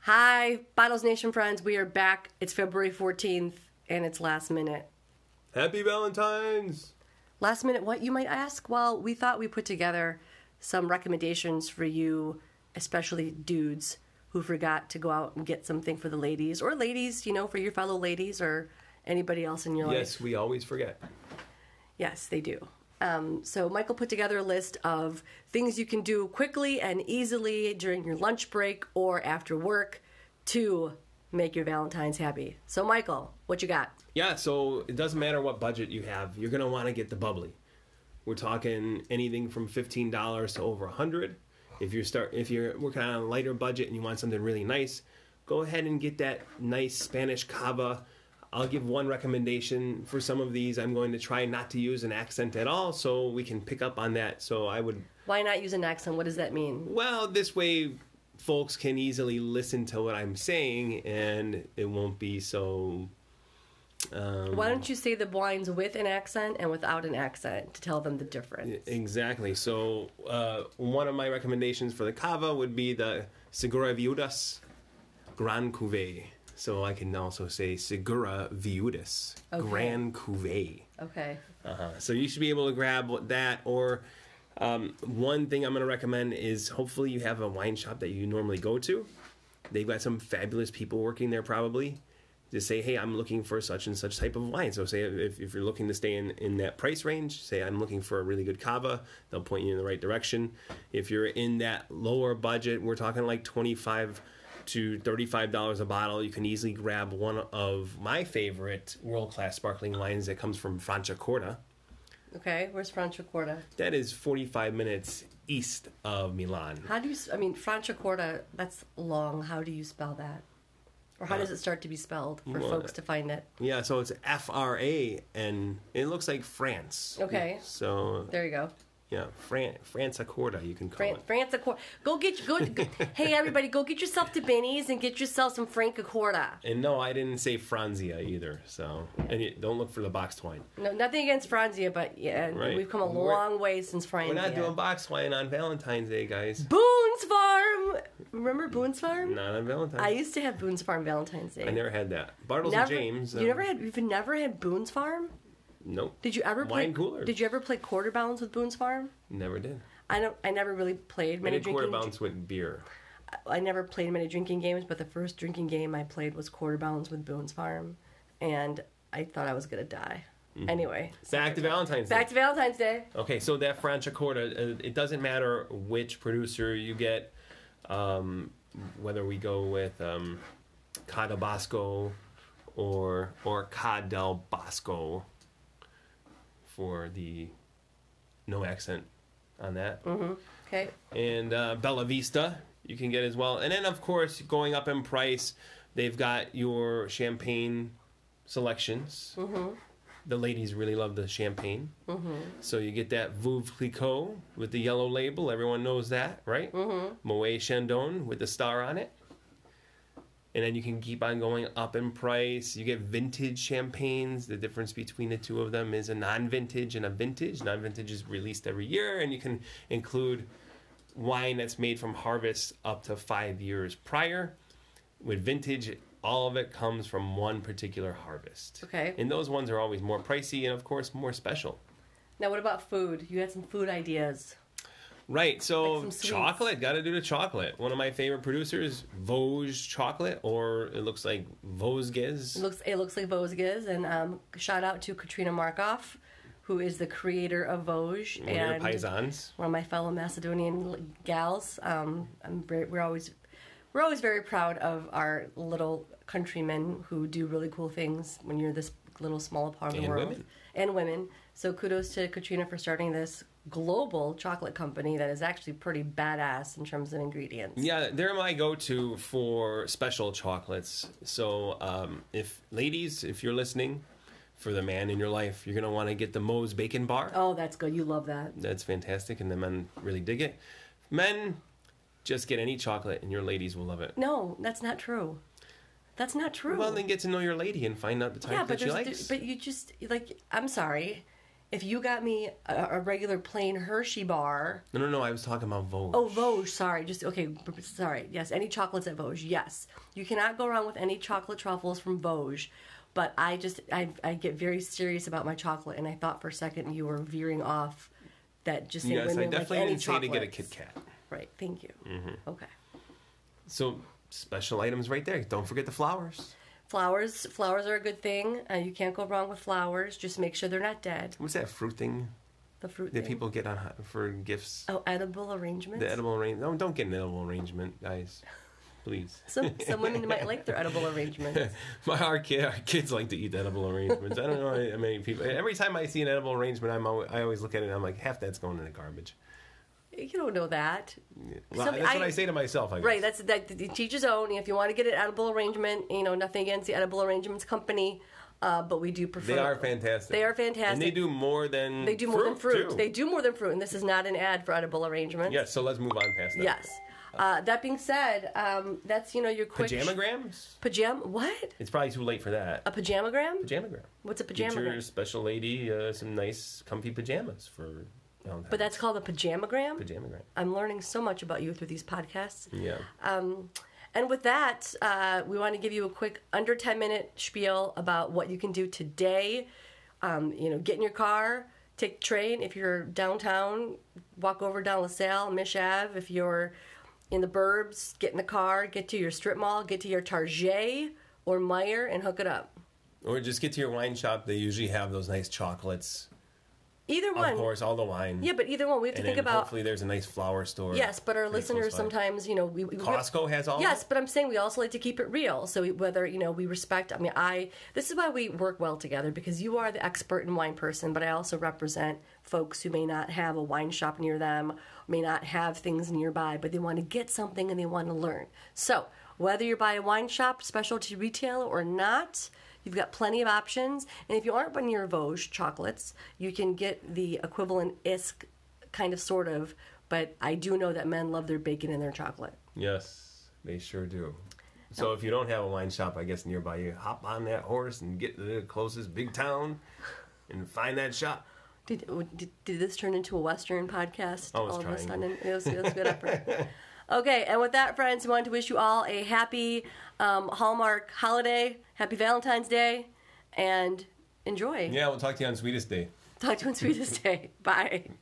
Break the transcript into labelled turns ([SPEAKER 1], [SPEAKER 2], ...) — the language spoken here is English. [SPEAKER 1] Hi, Bottles Nation friends. We are back. It's February 14th and it's last minute.
[SPEAKER 2] Happy Valentine's!
[SPEAKER 1] Last minute, what you might ask? Well, we thought we put together some recommendations for you, especially dudes who forgot to go out and get something for the ladies or ladies, you know, for your fellow ladies or anybody else in your life.
[SPEAKER 2] Yes, we always forget.
[SPEAKER 1] Yes, they do. Um, so Michael put together a list of things you can do quickly and easily during your lunch break or after work to make your Valentine's happy. So Michael, what you got?
[SPEAKER 2] Yeah, so it doesn't matter what budget you have, you're gonna want to get the bubbly. We're talking anything from fifteen dollars to over a hundred. If you're start if you're working on a lighter budget and you want something really nice, go ahead and get that nice Spanish cava. I'll give one recommendation for some of these. I'm going to try not to use an accent at all, so we can pick up on that. So I would
[SPEAKER 1] Why not use an accent? What does that mean?
[SPEAKER 2] well, this way folks can easily listen to what I'm saying and it won't be so um,
[SPEAKER 1] Why don't you say the wines with an accent and without an accent to tell them the difference?
[SPEAKER 2] Exactly. So uh, one of my recommendations for the cava would be the Segura Viudas Grand Cuvée. So I can also say Segura Viudas
[SPEAKER 1] Okay.
[SPEAKER 2] Grand Cuvée.
[SPEAKER 1] Okay.
[SPEAKER 2] Uh, so you should be able to grab what- that. Or um, one thing I'm going to recommend is hopefully you have a wine shop that you normally go to. They've got some fabulous people working there probably. Just say, hey, I'm looking for such and such type of wine. So say if, if you're looking to stay in, in that price range, say I'm looking for a really good cava. They'll point you in the right direction. If you're in that lower budget, we're talking like 25 to $35 a bottle, you can easily grab one of my favorite world-class sparkling wines that comes from Franciacorta.
[SPEAKER 1] Okay. Where's Franciacorta?
[SPEAKER 2] That is 45 minutes east of Milan.
[SPEAKER 1] How do you? s- I mean, Franciacorta. That's long. How do you spell that? Or how does it start to be spelled for
[SPEAKER 2] Uh, well,
[SPEAKER 1] folks to find it?
[SPEAKER 2] Yeah, so it's F R A, and it looks like France.
[SPEAKER 1] Okay.
[SPEAKER 2] So
[SPEAKER 1] There you go.
[SPEAKER 2] yeah, Fran- France Accorda, you can call
[SPEAKER 1] Fran-
[SPEAKER 2] it.
[SPEAKER 1] Franciacorta. Go get go. go hey everybody, go get yourself to Benny's and get yourself some Franciacorta.
[SPEAKER 2] And no, I didn't say Franzia either. So and you, don't look for the boxed wine.
[SPEAKER 1] No, nothing against Franzia, but yeah,
[SPEAKER 2] Right.
[SPEAKER 1] we've come a
[SPEAKER 2] We're-
[SPEAKER 1] long way since Franzia.
[SPEAKER 2] We're not doing boxed wine on Valentine's Day, guys.
[SPEAKER 1] Boone's Farm. Remember Boone's Farm?
[SPEAKER 2] Not on Valentine's.
[SPEAKER 1] I
[SPEAKER 2] I,
[SPEAKER 1] used to have Boone's Farm Valentine's Day.
[SPEAKER 2] never had that. Bartles
[SPEAKER 1] Never-
[SPEAKER 2] and James.
[SPEAKER 1] You
[SPEAKER 2] um,
[SPEAKER 1] never had. You've never had Boone's Farm.
[SPEAKER 2] Nope.
[SPEAKER 1] Did you ever play
[SPEAKER 2] Wine cooler.
[SPEAKER 1] Did you ever play quarter bounds with Boone's Farm?
[SPEAKER 2] Never did.
[SPEAKER 1] I don't. I never really played
[SPEAKER 2] I
[SPEAKER 1] many
[SPEAKER 2] did quarter
[SPEAKER 1] drinking.
[SPEAKER 2] bounce with beer.
[SPEAKER 1] I never played many drinking games, but the first drinking game I played was quarter bounds with Boone's Farm, and I thought I was gonna die. Anyway,
[SPEAKER 2] Back to Valentine's Day.
[SPEAKER 1] back to Valentine's Day.
[SPEAKER 2] Okay, so that Franciacorta, uh, it doesn't matter which producer you get, um, whether we go with um, Cada Bosco or or Cadel Bosco for the no accent on that,
[SPEAKER 1] Okay.
[SPEAKER 2] and uh, Bella Vista you can get as well, and then of course going up in price, they've got your champagne selections. The ladies really love the champagne. So you get that Veuve Clicquot with the yellow label. Everyone knows that, right? Mm-hmm. Moet Chandon with the star on it. And then you can keep on going up in price. You get vintage champagnes. The difference between the two of them is a non-vintage and a vintage. Non-vintage is released every year, and you can include wine that's made from harvest up to five years prior. With vintage, all of it comes from one particular harvest.
[SPEAKER 1] Okay.
[SPEAKER 2] And those ones are always more pricey and, of course, more special.
[SPEAKER 1] Now, what about food? You had some food ideas.
[SPEAKER 2] Right, so
[SPEAKER 1] Like some sweets.
[SPEAKER 2] chocolate, gotta do the chocolate. One of my favorite producers, Vosges Chocolate, or it looks like Vosges.
[SPEAKER 1] It looks it looks like Vosges, and um, shout out to Katrina Markov, who is the creator of Vosges
[SPEAKER 2] One of
[SPEAKER 1] and
[SPEAKER 2] their paisans.
[SPEAKER 1] one of my fellow Macedonian gals. Um, I'm very, we're always we're always very proud of our little countrymen who do really cool things when you're this little small part of the
[SPEAKER 2] And
[SPEAKER 1] world
[SPEAKER 2] women.
[SPEAKER 1] and women. So kudos to Katrina for starting this global chocolate company that is actually pretty badass in terms of ingredients.
[SPEAKER 2] Yeah, they're my go-to for special chocolates. So, um, if ladies, if you're listening, for the man in your life, you're gonna want to get the Moe's Bacon Bar.
[SPEAKER 1] Oh, that's good. You love that.
[SPEAKER 2] That's fantastic, and the men really dig it. Men, just get any chocolate, and your ladies will love it.
[SPEAKER 1] No, that's not true. That's not true.
[SPEAKER 2] Well, then get to know your lady and find out the type
[SPEAKER 1] yeah, but
[SPEAKER 2] that she
[SPEAKER 1] there's,
[SPEAKER 2] likes.
[SPEAKER 1] but you just like I'm sorry. if you got me a, a regular plain Hershey bar,
[SPEAKER 2] No, no, no. I was talking about Vogue.
[SPEAKER 1] Oh, Vosges, sorry. Just okay, b- b- sorry. Yes, any chocolates at Vosges. Yes. You cannot go wrong with any chocolate truffles from Vosges. But I just I I get very serious about my chocolate and I thought for a second you were veering off that just saying
[SPEAKER 2] yes, I
[SPEAKER 1] women like
[SPEAKER 2] definitely
[SPEAKER 1] any
[SPEAKER 2] didn't say to get a Kit
[SPEAKER 1] chocolates.
[SPEAKER 2] Kat. Mm-hmm.
[SPEAKER 1] Right. Thank you. Okay.
[SPEAKER 2] So special items right there. Don't forget the flowers.
[SPEAKER 1] Flowers flowers are a good thing. Uh, you can't go wrong with flowers. Just make sure they're not dead.
[SPEAKER 2] What's that fruit thing
[SPEAKER 1] The fruit
[SPEAKER 2] that
[SPEAKER 1] thing.
[SPEAKER 2] people get on for gifts?
[SPEAKER 1] Oh, edible arrangements.
[SPEAKER 2] The edible arrangement. No, don't get an edible arrangement, guys. Please.
[SPEAKER 1] Some some women might like their edible arrangements.
[SPEAKER 2] My our, kid, our kids like to eat edible arrangements. I don't know how many people. Every time I see an edible arrangement, I'm always, I always look at it and I'm like, half that's going in the garbage.
[SPEAKER 1] You don't know that.
[SPEAKER 2] Well,
[SPEAKER 1] Some-
[SPEAKER 2] that's what
[SPEAKER 1] I-
[SPEAKER 2] I say to myself. I guess.
[SPEAKER 1] Right, that's that. that- Teach his own. If you want to get an edible arrangement, you know nothing against the edible arrangements company, uh, but we do prefer.
[SPEAKER 2] They are fantastic.
[SPEAKER 1] They are fantastic.
[SPEAKER 2] And they do more than
[SPEAKER 1] They do more than fruit.
[SPEAKER 2] too.
[SPEAKER 1] They do more than fruit, and this is not an ad for edible arrangements.
[SPEAKER 2] Yes. So let's move on past that.
[SPEAKER 1] Yes. Uh, that being said, um, that's you know your quick
[SPEAKER 2] Pajamagrams.
[SPEAKER 1] Pajam what?
[SPEAKER 2] It's probably too late for that.
[SPEAKER 1] A pajamagram?
[SPEAKER 2] Pajamagram.
[SPEAKER 1] What's a
[SPEAKER 2] Get your
[SPEAKER 1] pajamagram?
[SPEAKER 2] special lady uh, some nice, comfy pajamas for. Valentine's.
[SPEAKER 1] But that's called a pajamagram.
[SPEAKER 2] pajamagram.
[SPEAKER 1] I'm learning so much about you through these podcasts.
[SPEAKER 2] Yeah.
[SPEAKER 1] Um, and with that, uh, we want to give you a quick under 10 minute spiel about what you can do today. Um, you know, get in your car, take the train. If you're downtown, walk over down LaSalle, Mish Ave. If you're in the burbs, get in the car, get to your strip mall, get to your Target or Meyer and hook it up.
[SPEAKER 2] Or just get to your wine shop. They usually have those nice chocolates.
[SPEAKER 1] Either
[SPEAKER 2] Of
[SPEAKER 1] one.
[SPEAKER 2] course, all the wine.
[SPEAKER 1] Yeah, but either one. We have to
[SPEAKER 2] And
[SPEAKER 1] think
[SPEAKER 2] then
[SPEAKER 1] about.
[SPEAKER 2] hopefully there's a nice flower store.
[SPEAKER 1] Yes, but our
[SPEAKER 2] pretty close
[SPEAKER 1] listeners
[SPEAKER 2] by.
[SPEAKER 1] sometimes, you know, we, we
[SPEAKER 2] Costco has all.
[SPEAKER 1] Yes, but I'm saying we also like to keep it real. So we, whether you know we respect, I mean, I this is why we work well together because you are the expert in wine person, but I also represent folks who may not have a wine shop near them, may not have things nearby, but they want to get something and they want to learn. So whether you're by a wine shop, specialty retailer or not. You've got plenty of options, and if you aren't buying your Vosges chocolates, you can get the equivalent ISK, kind of, sort of. But I do know that men love their bacon and their chocolate.
[SPEAKER 2] Yes, they sure do. So if you don't have a wine shop, I guess nearby you, hop on that horse and get to the closest big town, and find that shop.
[SPEAKER 1] Did, did, did this turn into a Western podcast
[SPEAKER 2] I was
[SPEAKER 1] all of a
[SPEAKER 2] trying.
[SPEAKER 1] sudden? It was, it was a good effort. Okay, and with that, friends, we want to wish you all a happy um, Hallmark holiday, happy Valentine's Day, and enjoy.
[SPEAKER 2] Yeah, we'll talk to you on Sweetest Day.
[SPEAKER 1] Talk to you on Sweetest Day. Bye.